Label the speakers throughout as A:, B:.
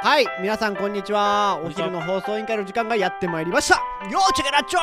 A: はい皆さんこんにちはお昼の放送委員会の時間がやってまいりましたよーチェケラッチョ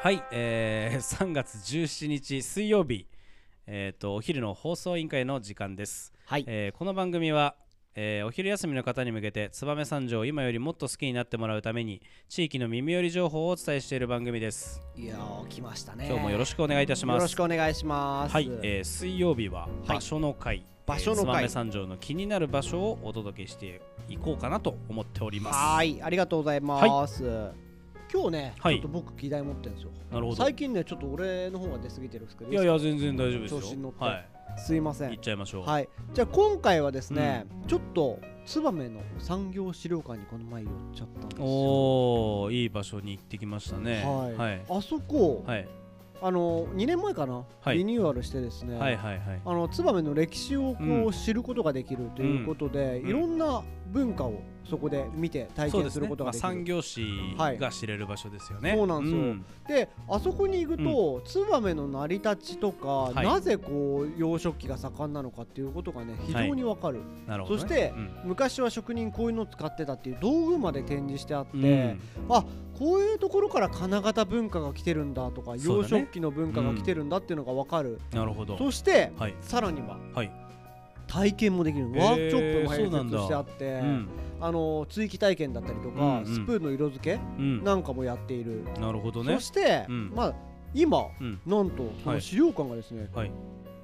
B: はい、えー、3月17日水曜日、えー、とお昼の放送委員会の時間です、
A: はい
B: えーこの番組は、えーお昼休みの方に向けて燕三条を今よりもっと好きになってもらうために地域の耳寄り情報をお伝えしている番組です
A: いやー来ましたね
B: 今日もよろ
A: し
B: しくお願いいたします、
A: よろしくお願いします
B: はい、えー水曜日は場所の会、
A: 場所の会
B: えー燕三条の気になる場所をお届けしていこうかなと思っております
A: はーいありがとうございます、今日ね、
B: は
A: ちょ
B: い
A: っと僕議題持ってるんですよ
B: なるほど
A: 最近ねちょっと俺の方が出過ぎてるんですけど
B: いやいや全然大丈夫ですよ
A: 調子に乗って
B: はい
A: すいませ
B: 行っ
A: ん
B: ちゃいましょう
A: はいじゃあ今回はですね、ちょっと燕の産業資料館にこの前寄っちゃったんですよ
B: おおいい場所に行ってきましたね
A: はい、
B: はい
A: あそこ、
B: はい
A: あの2年前かな、
B: はい
A: リニューアルしてですね、
B: はいはいはい
A: あの燕の歴史をこ
B: う
A: うん知ることができるということで、
B: うん
A: いろんな文化をそこで見て体
B: そうで
A: 験
B: す
A: す
B: ね
A: ることが
B: まあ
A: できる
B: 産業市
A: はい
B: が知れる場所ですよね
A: そうなんですよであそこに行くと、燕の成り立ちとか、
B: い
A: なぜこう養殖機が盛んなのかっていうことがね非常にわかる、
B: なるほどね
A: そして
B: うん
A: 昔は職人こういうのを使ってたっていう道具まで展示してあって、
B: うん
A: あこういうところから金型文化が来てるんだとか、
B: そう
A: 洋
B: だね
A: 食器の文化が来てるんだっていうのがわかる、
B: なるほど
A: そして、
B: はい
A: さらには
B: はい
A: 体験もできる
B: へー
A: ワークショップも
B: そうなん
A: 併設
B: だ
A: してあって、
B: うん
A: あの追記体験だったりとか、
B: うんうん
A: スプーンの色付け
B: うん
A: なんかもやっている、
B: なるほどね
A: そして、
B: うん
A: まあ今
B: うん
A: なんとその資料館がですね、
B: はい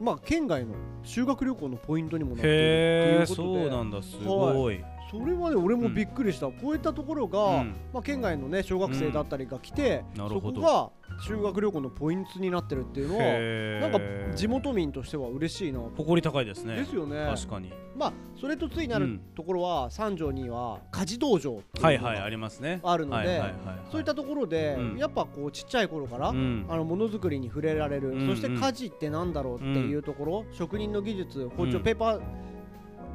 A: まあ県外の修学旅行のポイントにもなっている
B: へえ
A: ということ
B: そう
A: で
B: なんだすごい
A: それはね俺もびっくりした、こういったところが、
B: うん
A: まあ、県外のね小学生だったりが来て、
B: うんなる
A: そ
B: ほ
A: こ
B: ど
A: が修学旅行のポイントになってるっていうのは
B: へ
A: なん
B: ー
A: か地元民としては嬉しいなと、
B: 誇り高いですね
A: ですよね
B: 確かに
A: まあそれとついな
B: う
A: る
B: ん
A: ところは、三条には家事道場って
B: はいいう
A: の
B: はい
A: が
B: ありますね
A: あるの
B: はいはいはい
A: で
B: は
A: そういったところで、
B: うん
A: やっぱこうちっちゃい頃から、
B: うん
A: あのものづくりに触れられる、
B: うん
A: そして
B: うん
A: 家事ってなんだろうっていうところ、職人の技術包丁、
B: うん
A: ペーパー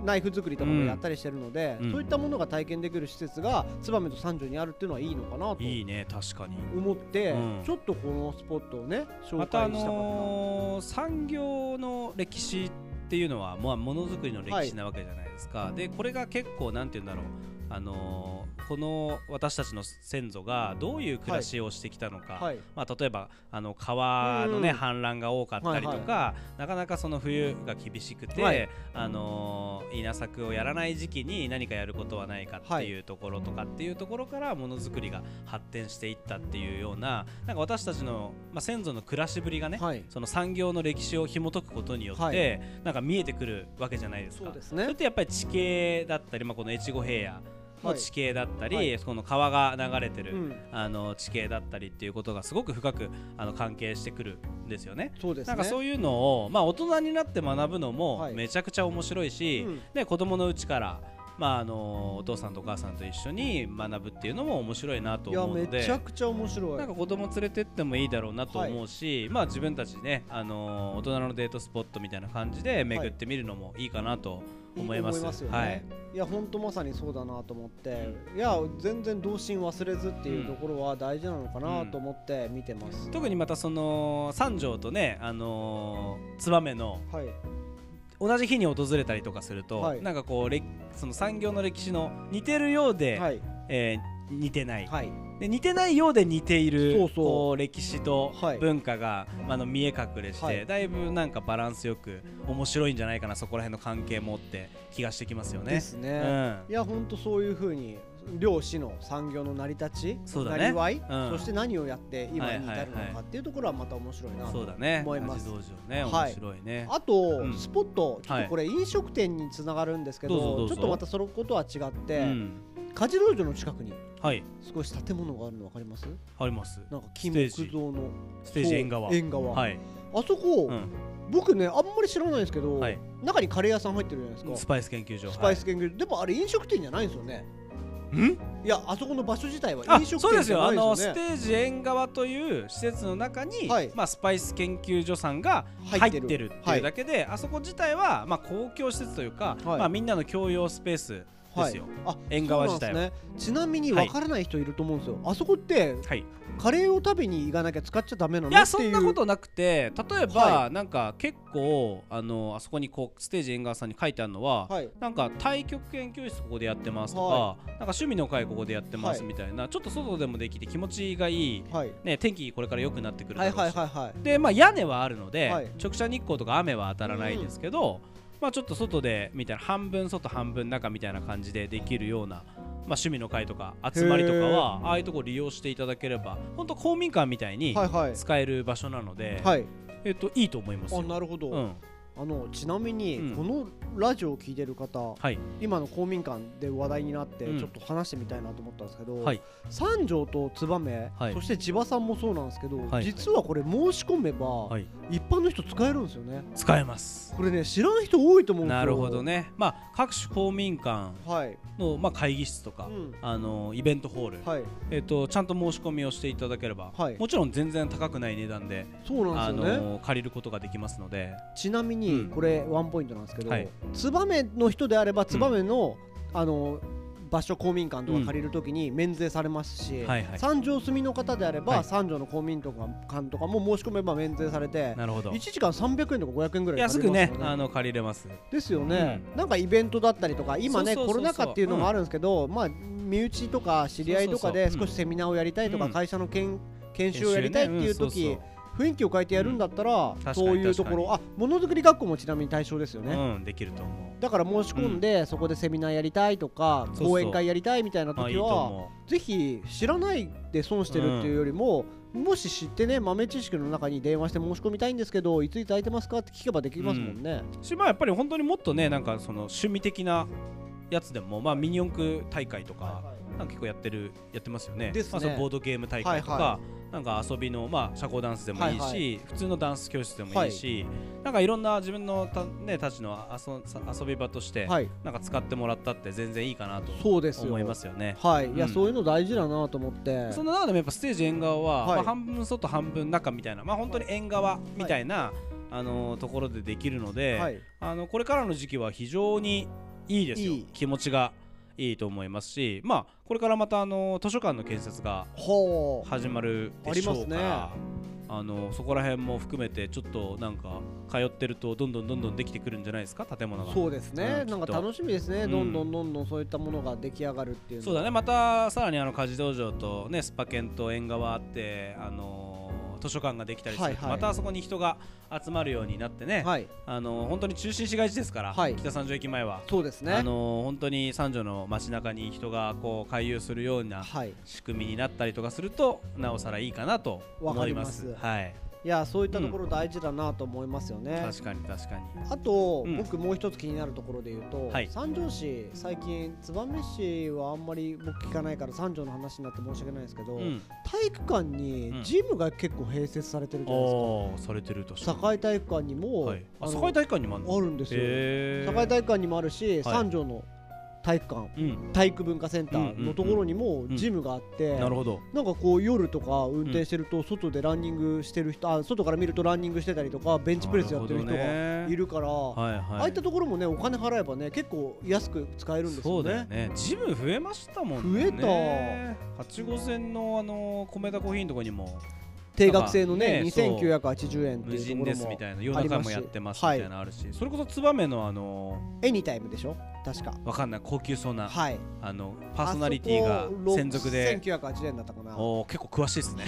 A: ナイフ作りとかもやったりしてるので、
B: うん
A: そういったものが体験できる施設が燕と三条にあるっていうのはいいのかなと
B: いいね確かに
A: 思って、
B: うん
A: ちょっとこのスポットをね紹介
B: ま
A: した
B: た
A: か
B: あ
A: ったな、
B: のー産業の歴史っていうのはまあものづくりの歴史なわけじゃないですか、でこれが結構なんて言うんだろうあのーこの私たちの先祖がどういう暮らしをしてきたのか、
A: はい
B: まあ、例えばあの川の、ね
A: うん
B: 氾濫が多かったりとか、なかなかその冬が厳しくて、
A: はい
B: あのー稲作をやらない時期に何かやることはないかっていうところとかっていうところからものづくりが発展していったっていうようななんか私たちの、まあ、先祖の暮らしぶりがね、
A: はい
B: その産業の歴史を紐解くことによって、
A: は
B: なんか見えてくるわけじゃないですか。
A: そうです
B: それ
A: ね
B: ってやっぱり地形だったり、まあ、この越後平野の地形だったり、
A: はい
B: この川が流れてる、
A: うん、
B: あの地形だったりっていうことがすごく深くあの関係してくるんですよね。
A: そうですね
B: なんかそういうのを、まあ、大人になって学ぶの
A: は
B: も
A: い
B: めちゃくちゃ面白いし、
A: うん
B: で子供のうちから、まあ、あのお父さんとお母さんと一緒に学ぶっていうのも面白いなと
A: いや
B: 思う
A: め
B: ので
A: ちゃくちゃ面白い
B: なんか子供連れてってもいいだろうなと思うし、まあ自分たちね、あのー大人のデートスポットみたいな感じで巡ってみるのもいいかなと思います。
A: いよね、
B: はいい、、
A: や本当まさにそうだなと思って、いや全然童心忘れずっていうところは大事なのかなと思って見てます、
B: 特にまたその三条とね、あのー、燕の
A: はい
B: 同じ日に訪れたりとかすると、
A: はい
B: なんかこうれその産業の歴史の似てるようで、
A: はい
B: えー似てない、
A: はい
B: で似てないようで似ている
A: そうそう
B: こう歴史と
A: はい
B: 文化が、まああの見え隠れして、
A: はい
B: だいぶなんかバランスよく面白いんじゃないかなそこら辺の関係もって気がしてきますよね。
A: です
B: う
A: ね、
B: ん
A: いや本当そういうふうに漁師の産業の成り立ち
B: そうだね
A: なりわい、
B: うん
A: そして何をやって今に至る
B: はい
A: の
B: はい
A: か
B: は
A: っていうところはまた面白いなと
B: そうだね。
A: 思います
B: 八丈島ね、
A: はい
B: 面白いね。
A: あと、
B: うん
A: スポットちょっ
B: は
A: と
B: い
A: これ飲食店につながるんですけど,、
B: どうぞどう
A: ちょ
B: ぞ
A: っとまたそのことは違って、
B: うん、
A: 家事道場の近くに
B: はい、
A: 少し建物があるの分かります
B: あります。
A: なんか金
B: テー
A: 木
B: ジ
A: 造の
B: ステージ縁側。
A: 縁側、
B: はい、
A: あそこ、
B: うん、
A: 僕ねあんまり知らないんですけど、
B: はい
A: 中にカレー屋さん入ってるじゃないで
B: ス
A: すか
B: パイス研究所。
A: スパイス研究所でもあれ飲食店じゃないんですよね
B: はい。ん？
A: いやあそこの場所自体は
B: あ
A: 飲食
B: そう
A: 店
B: です
A: じゃな
B: よあ
A: い
B: の
A: ですよ
B: ステ
A: ね
B: ージ縁側という施設の中に、
A: はい
B: まあ、スパイス研究所さんが
A: 入
B: 入
A: っ
B: ってて
A: る
B: るっていうだけで、あそこ自体は、まあ、公共施設というか、
A: はい
B: まあ、みんなの共用スペース
A: はい
B: ですよ
A: あ
B: 縁側自体は
A: そうなんですねちなみに
B: はい
A: 分からない人いると思うんですよあそこって
B: はい、
A: カレーを食べに行かなきゃ使っちゃダメなの
B: いや
A: って
B: そ
A: いうん
B: なことなくて例えば、
A: は
B: なんか結構あのあそこにこうステージ縁側さんに書いてあるのは、
A: はい
B: なんか対局研究室ここでやってますとか、
A: は
B: なんか趣味の会ここでやってます
A: はい
B: みたいな、ちょっと外でもできて気持ちがいい、
A: はい
B: ね、天気これから良くなってくるだ
A: は
B: ろ
A: いう
B: し
A: はいはいはい
B: で、まあ、屋根はあるので、
A: はい
B: 直射日光とか雨は当たらないですけど、まあ、ちょっと外でみたいな半分外半分中みたいな感じでできるような、まあ、趣味の会とか集まりとかはああいうとこ利用していただければ本当公民館みたいに
A: はいはい
B: 使える場所なので、
A: はい
B: えっと、いいと思いますよ。
A: あなるほど、
B: うん
A: あのちなみに、
B: うん
A: このラジオを聞いてる方
B: はい、
A: 今の公民館で話題になって、
B: うん
A: ちょっと話してみたいなと思ったんですけど、
B: はい
A: 三条と燕、
B: はい
A: そして千葉さんもそうなんですけど、
B: はい
A: 実はこれ申し込めば、
B: はい、
A: 一般の人使えるんですよね
B: 使えます。
A: これね知らん人多いと思うんですよ
B: なるほどね、まあ、各種公民館
A: はい、
B: の、まあ、会議室とか、
A: うん
B: あのイベントホール、
A: はい、
B: えっと、ちゃんと申し込みをしていただければ、
A: はい
B: もちろん全然高くない値段で、
A: そうな
B: あ
A: んですよね、
B: の借りることができますので、
A: ちなみ
B: う
A: に
B: ん
A: これワンポイントなんですけど、
B: はい
A: 燕の人であれば燕の、あの場所公民館とか借りるときに免税されますし、
B: はいはい
A: 三条住みの方であれば、
B: はい
A: 三条の公民館とかも申し込めば免税されて
B: なるほど
A: 1時間300円とか500円ぐらい
B: 安
A: 借り
B: く
A: れます
B: ね
A: よ
B: あの借りれます
A: ですよね、なんかイベントだったりとか今ね
B: そうそうそうそう
A: コロナ禍っていうのもあるんですけど、まあ身内とか知り合いとかで
B: そうそうそうう
A: 少
B: ん
A: しセミナーをやりたいとか、
B: うん
A: 会社の研研修をやりたいっていう
B: 研修
A: 時、
B: ね
A: 雰囲気を変えてやるんだったら、
B: 確かに
A: そういうところあものづくり学校もちなみに対象ですよ
B: うん
A: ね、
B: そううんできると思
A: だから申し込んで、そこでセミナーやりたいとか
B: そうそう
A: 講演会やりたいみたいな
B: うあい
A: 時
B: いと
A: は
B: 思
A: ぜひ知らないで損してるっていうよりも、もし知ってね豆知識の中に電話して申し込みたいんですけどいついつ空いてますかって聞けばできますもんね、
B: うしまあやっぱり本当にもっとねなんかその趣味的なやつでもまあミニ四駆大会とか、なんか結構やってるやってますよね。
A: ですね
B: まあ、そのボードゲーム大会とか、
A: はいは
B: なんか遊びのまあ社交ダンスでもいいし、
A: はいは
B: 普通のダンス教室でもいいし、なんかいろんな自分のたねたちの遊遊び場として、
A: はい
B: なんか使ってもらったって全然いいかなと
A: そうですよ
B: 思いますよね。
A: はい、いや
B: うん
A: そういうの大事だなと思って
B: そんな中でもやっぱステージ縁側は、
A: はい
B: まあ、半分外半分中みたいなまあ本当に縁側みたいな、あのところでできるので、
A: はい
B: あのこれからの時期は非常にいいですよ
A: いい
B: 気持ちがいいと思いますしまあこれからまたあの図書館の建設が
A: ほう
B: 始まるでしょうから
A: あ
B: あ、のそこら辺も含めてちょっとなんか通ってるとどんどんどんどんできてくるんじゃないですか建物が
A: そうですね、
B: うん
A: なんか
B: きっと
A: 楽しみですね、
B: うん
A: どんどんどんどんそういったものが出来上がるっていうの
B: そうだねまたさらにあの家事道場とねスパ犬と縁側あってあのー図書館ができたりすると、
A: はいはい
B: またそこに人が集まるようになってね、
A: はい
B: あのー本当に中心市街地ですから、
A: はい
B: 北三条駅前は、
A: そうですね
B: あのー本当に三条の街中に人がこう回遊するような
A: はい
B: 仕組みになったりとかするとなおさらいいかなと思います
A: わかりま
B: はい
A: いやそういったところ大事だなと思いますよね、
B: 確かに確かに
A: あと、
B: うん
A: 僕もう一つ気になるところで言うと、
B: はい
A: 三条市最近燕市はあんまり僕聞かないから三条の話になって申し訳ないですけど、
B: うん
A: 体育館にジムが結構併設されてるじゃないです
B: おーされてるとし
A: か、
B: て
A: 堺体育館にも、
B: はい、あ
A: あ
B: 境
A: の
B: 大会にもあるの
A: あるんですよ、
B: へー
A: 堺体育館にもあるし、
B: い
A: 三条の体育館
B: うん
A: 体育文化センターのところにも
B: んうん
A: ジムがあって、
B: なるほど
A: なんかこう夜とか運転してると外でランニングしてる人、あ外から見るとランニングしてたりとかベンチプレスやってる人
B: な
A: が
B: ほどね
A: いるから
B: はいはい、
A: ああいったところもねお金払えばね結構安く使えるんです
B: そ
A: よ
B: うだよ
A: ね。
B: ねジム増えましたもんね
A: 増え
B: た八五線のあの米田コーヒーのとこにも
A: 定額制のね
B: ねそう
A: 2980円って
B: 無
A: いうと
B: 人
A: こ
B: で
A: ろ
B: すみ
A: も
B: たいな夜中もやってますみたいなのあるし、それこそ燕のあの
A: エニタイムでしょ確か
B: わかんない高級そうな
A: はい
B: あのパーソナリティが専属で
A: 1980円だったかなは
B: おー結構詳しいですね、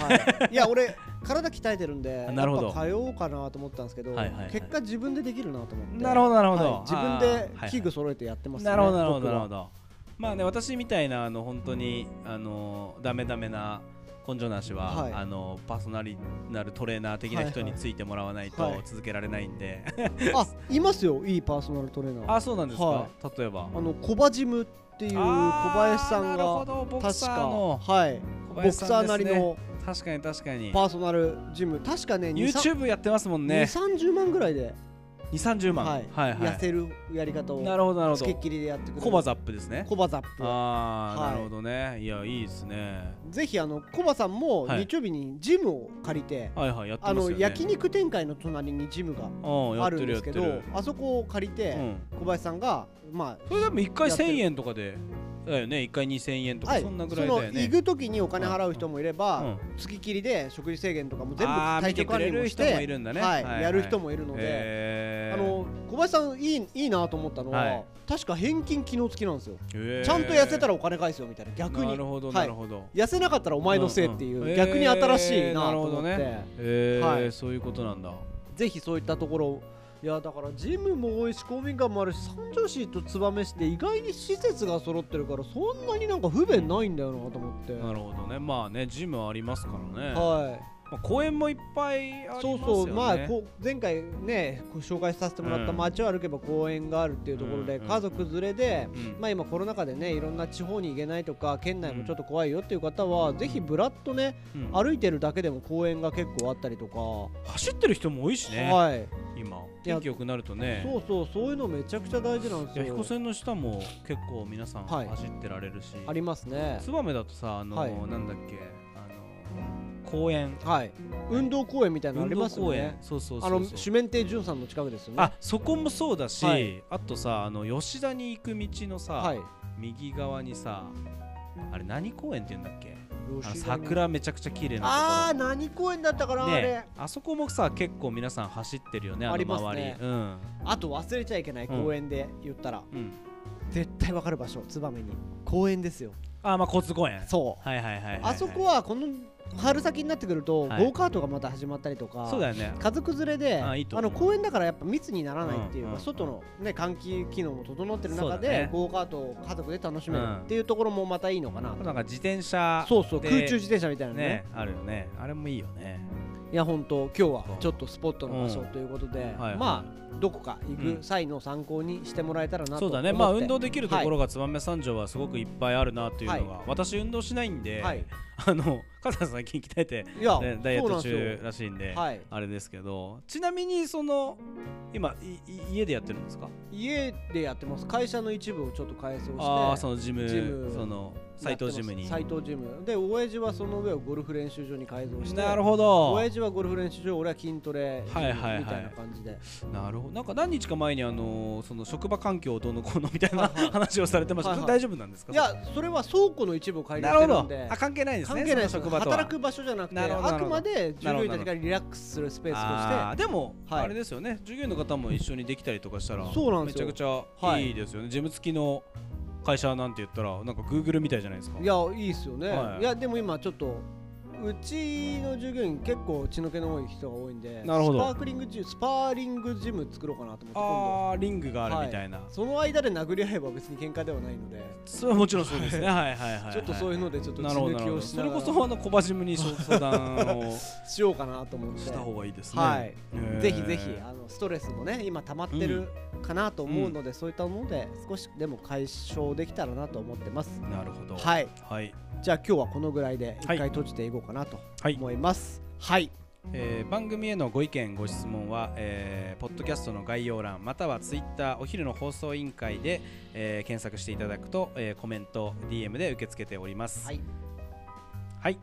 A: い、いや俺体鍛えてるんで
B: なるほど
A: やっぱ通おうかなと思ったんですけど、
B: はいはいはい
A: 結果自分でできるなと思って
B: なるほどなるほど、
A: はい自分で
B: あー
A: 器具揃えてやってますね、
B: なるほどなるほど
A: 僕
B: な
A: は
B: るほどまあね私みたいなあの本当にあのダメダメな根性なしは、
A: はい
B: あのパーソナリなるトレーナー的な
A: は
B: 人
A: い
B: に
A: はい
B: ついてもらわない
A: は
B: と
A: い
B: 続けられないんで、
A: あいますよいいパーソナルトレーナ ーあ
B: あそうなんですか、
A: は
B: 例えば
A: のコバジムっていう小
B: あー
A: 林さん
B: なるほ
A: が
B: どボク
A: 確
B: サ
A: か
B: ーの
A: はい
B: 小
A: ボク
B: 林
A: サ
B: さ
A: ー
B: ん
A: なり
B: ですね
A: の
B: 確かに確かに
A: パーソナルジム確かね2
B: YouTube やってますもんね
A: 3 0万ぐらいで
B: 2三3 0万、
A: はい
B: はいはい
A: 痩せるやり方を
B: なるほどなるほ
A: つけっ
B: ど
A: きりでやってくれる
B: コバザップですね
A: コバザップを
B: ああ、
A: はい
B: なるほどねいやいいですね
A: ぜひあのコバさんも
B: はい
A: 日曜日にジムを借りて、
B: はいはいやってま
A: あ
B: すよ
A: の
B: ね
A: 焼肉展開の隣にジムが
B: うんや
A: あ
B: っ
A: る
B: て
A: ん
B: る
A: で
B: やっ
A: す
B: て
A: け
B: る
A: ど、あそこを借り
B: う
A: て
B: ん、
A: 小林さんがまあ
B: それでも1回
A: やってる
B: 1000円とかでだよね1回2000円とか、
A: はい、
B: そんなぐ
A: そ
B: らいだ
A: の
B: よ
A: 行
B: ね
A: く時にお金払う人もいれば、
B: うん
A: 月切りで食事制限とかも全部
B: あー
A: 体調管理もして
B: 見てくれる人もいるんだね
A: はい
B: はいはい
A: やる人もいるので、
B: へ
A: あ
B: ー
A: の小林さんいいいいなと思ったのは、
B: はい
A: 確か返金機能付きなんですよ、
B: へー
A: ちゃんと痩せたらお金返すよみたいな逆
B: な
A: に
B: るほど
A: は
B: ないるほど、
A: 痩せなかったらお前のせいっていう、
B: うんうん
A: 逆に新しいな
B: えー
A: と思って、
B: なるほどへえ
A: はい
B: そういうことなんだ
A: ぜひそういったところをいやだからジムも多いし公民館もあるし三条市と燕市って意外に施設が揃ってるからそんなになんか不便ないんだよなと思って、
B: なるほどねまあねジムありますからね、
A: はい
B: まあ、公園もいっぱいあります
A: そう
B: よね
A: そうまあこう前回ねこう紹介させてもらった
B: うん
A: 街を歩けば公園があるっていうところで
B: うん
A: 家族連れで
B: うん
A: まあ今コロナ禍でねいろんな地方に行けないとか県内もちょっと怖いよっていう方はぜひぶらっとね
B: うん
A: 歩いてるだけでも公園が結構あったりとか
B: 走ってる人も多いしね、
A: はい
B: 今
A: や
B: 天気良くなるとね
A: そうそうそういうのめちゃくちゃ大事なんです
B: 弥彦
A: よ
B: 線の下も結構皆さん
A: はい
B: 走ってられるし、
A: ありますね
B: 燕だとさあの、
A: はい
B: なんだっけあの公園
A: はい運動公園みたいなのあ
B: 運
A: り
B: 動
A: ますよ
B: 公園
A: ね
B: そうそうそ
A: あ
B: う
A: の
B: そう
A: 主免亭潤さんの近くですよね
B: あそこもそうだし、
A: はい
B: あとさあの吉田に行く道のさ、
A: はい
B: 右側にさあれ何公園って言うんだっけあの
A: 吉田に
B: 桜めちゃくちゃ綺麗な
A: あ
B: と
A: ー
B: こ
A: 何公園だったかな
B: ろ
A: あれ
B: ねあそこもさ結構皆さん走ってるよねあ
A: あ
B: の
A: ります
B: 周り、
A: ね
B: うん
A: あと忘れちゃいけない公園で言ったら、
B: うん
A: 絶対わかる場所燕に公園ですよ
B: あまあ交通公園
A: そう、
B: はいはいはいはいはい、
A: あそこはこの春先になってくると、
B: はい
A: ゴーカートがまた始まったりとか
B: そうだよね
A: 家族連れで
B: あ
A: あ
B: いいと思う
A: の公園だからやっぱ密にならないっていう
B: う
A: か、
B: んうんうん
A: 外の、ね、換気機能も整ってる中で、
B: そうだね
A: ゴーカートを家族で楽しめるっていうところもまたいいのかな、
B: なんか自転車
A: そうそう
B: で
A: 空中自転車みたいな
B: ね
A: のね
B: あるよねあれもいいよね
A: いや本当今日はちょっとスポットの場所
B: うん
A: ということで、
B: はい
A: まあどこか行く際の参考にしてもらえたらなと思って、
B: そうだねまあ運動できるとこ
A: は
B: ろが燕三条はすごくいっぱいあるなというのが、私運動しないんで、
A: い、はい、
B: あの加藤さん最近鍛えて、
A: いや、
B: ねダイエッ
A: そうな
B: ト
A: んですよ
B: 中らしいんで
A: はい
B: あれですけどちなみにその今いい家でやってるんですか
A: 家でやってます会社の一部をちょっと改装して
B: ああそのジム
A: ジム
B: その斎藤ジムに
A: 斎藤ジムで親父はその上をゴルフ練習場に改造して
B: なるほど
A: 親父はゴルフ練習場俺は筋トレジム
B: はいはいはい
A: みたいな感じで
B: なるほどなんか何日か前にあのその職場環境どうのこうのみたいな
A: はいはい
B: 話をされてました、
A: はいはい
B: それ大丈夫なんですか
A: いやそれは倉庫の一部を改造
B: な
A: して
B: るほ
A: るん
B: ど
A: で
B: あ関係ないです
A: 関
B: ね
A: 係ないです
B: その職場とは
A: 働く場所じゃなくて
B: なるほどな
A: あく
B: るほど
A: まで従業員
B: なるほ
A: たち
B: どなるほど
A: がリラックスするスペース
B: あ
A: と
B: ーでも、
A: はい
B: あれですよね従業員の方も一緒にできたりとかしたら
A: そうなんですよ
B: めちゃくちゃ
A: はい
B: いいですよね、ジム付きの会社なんて言ったらなんかグーグルみたいじゃないですか
A: していやいいっすよね、
B: はい
A: い、やでも今ちょっとうちの従業員結構血の気の多い人が多いんで
B: なるほど
A: スパークリングジムスパーリングジム作ろうかなと思って今度
B: あーリングがあるみたいな、
A: その間で殴り合えば別に喧嘩ではないので、
B: それはもちろんそうですね はいはいはい、はい、
A: ちょっとそういうのでちょっと血
B: なるほど
A: 抜
B: な
A: き
B: るほ
A: を
B: ど
A: し
B: そ
A: な
B: れ
A: が
B: こ
A: ら
B: そあの小葉ジムに相談を
A: しようかなと思って
B: した方がいいですね
A: はい
B: へー
A: ぜひぜひあのストレスもね今溜まってるかなと思うので、そういったもので少しでも解消できたらなと思ってます、
B: なるほど
A: はい
B: はい
A: じゃあ今日はこのぐらいで一
B: はい
A: 回閉じていこうかなと
B: はい
A: 思いますはい、
B: えー番組へのご意見ご質問は、えーポッドキャストの概要欄またはツイッターお昼の放送委員会で、えー検索していただくと、えーコメント DM で受け付けております
A: はい
B: はい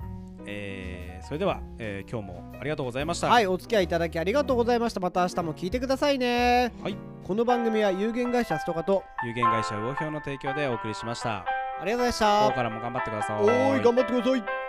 B: えーそれでは、えー今日もありがとうございました、
A: はい、お付き合いいただきありがとうございましたまた明日も聞いてくださいね、
B: はい
A: この番組は有限会社ストカと
B: 有限会社魚評の提供でお送りしました
A: ありがとうございまし
B: 今日
A: た
B: からも頑張ってください
A: おーい頑張ってください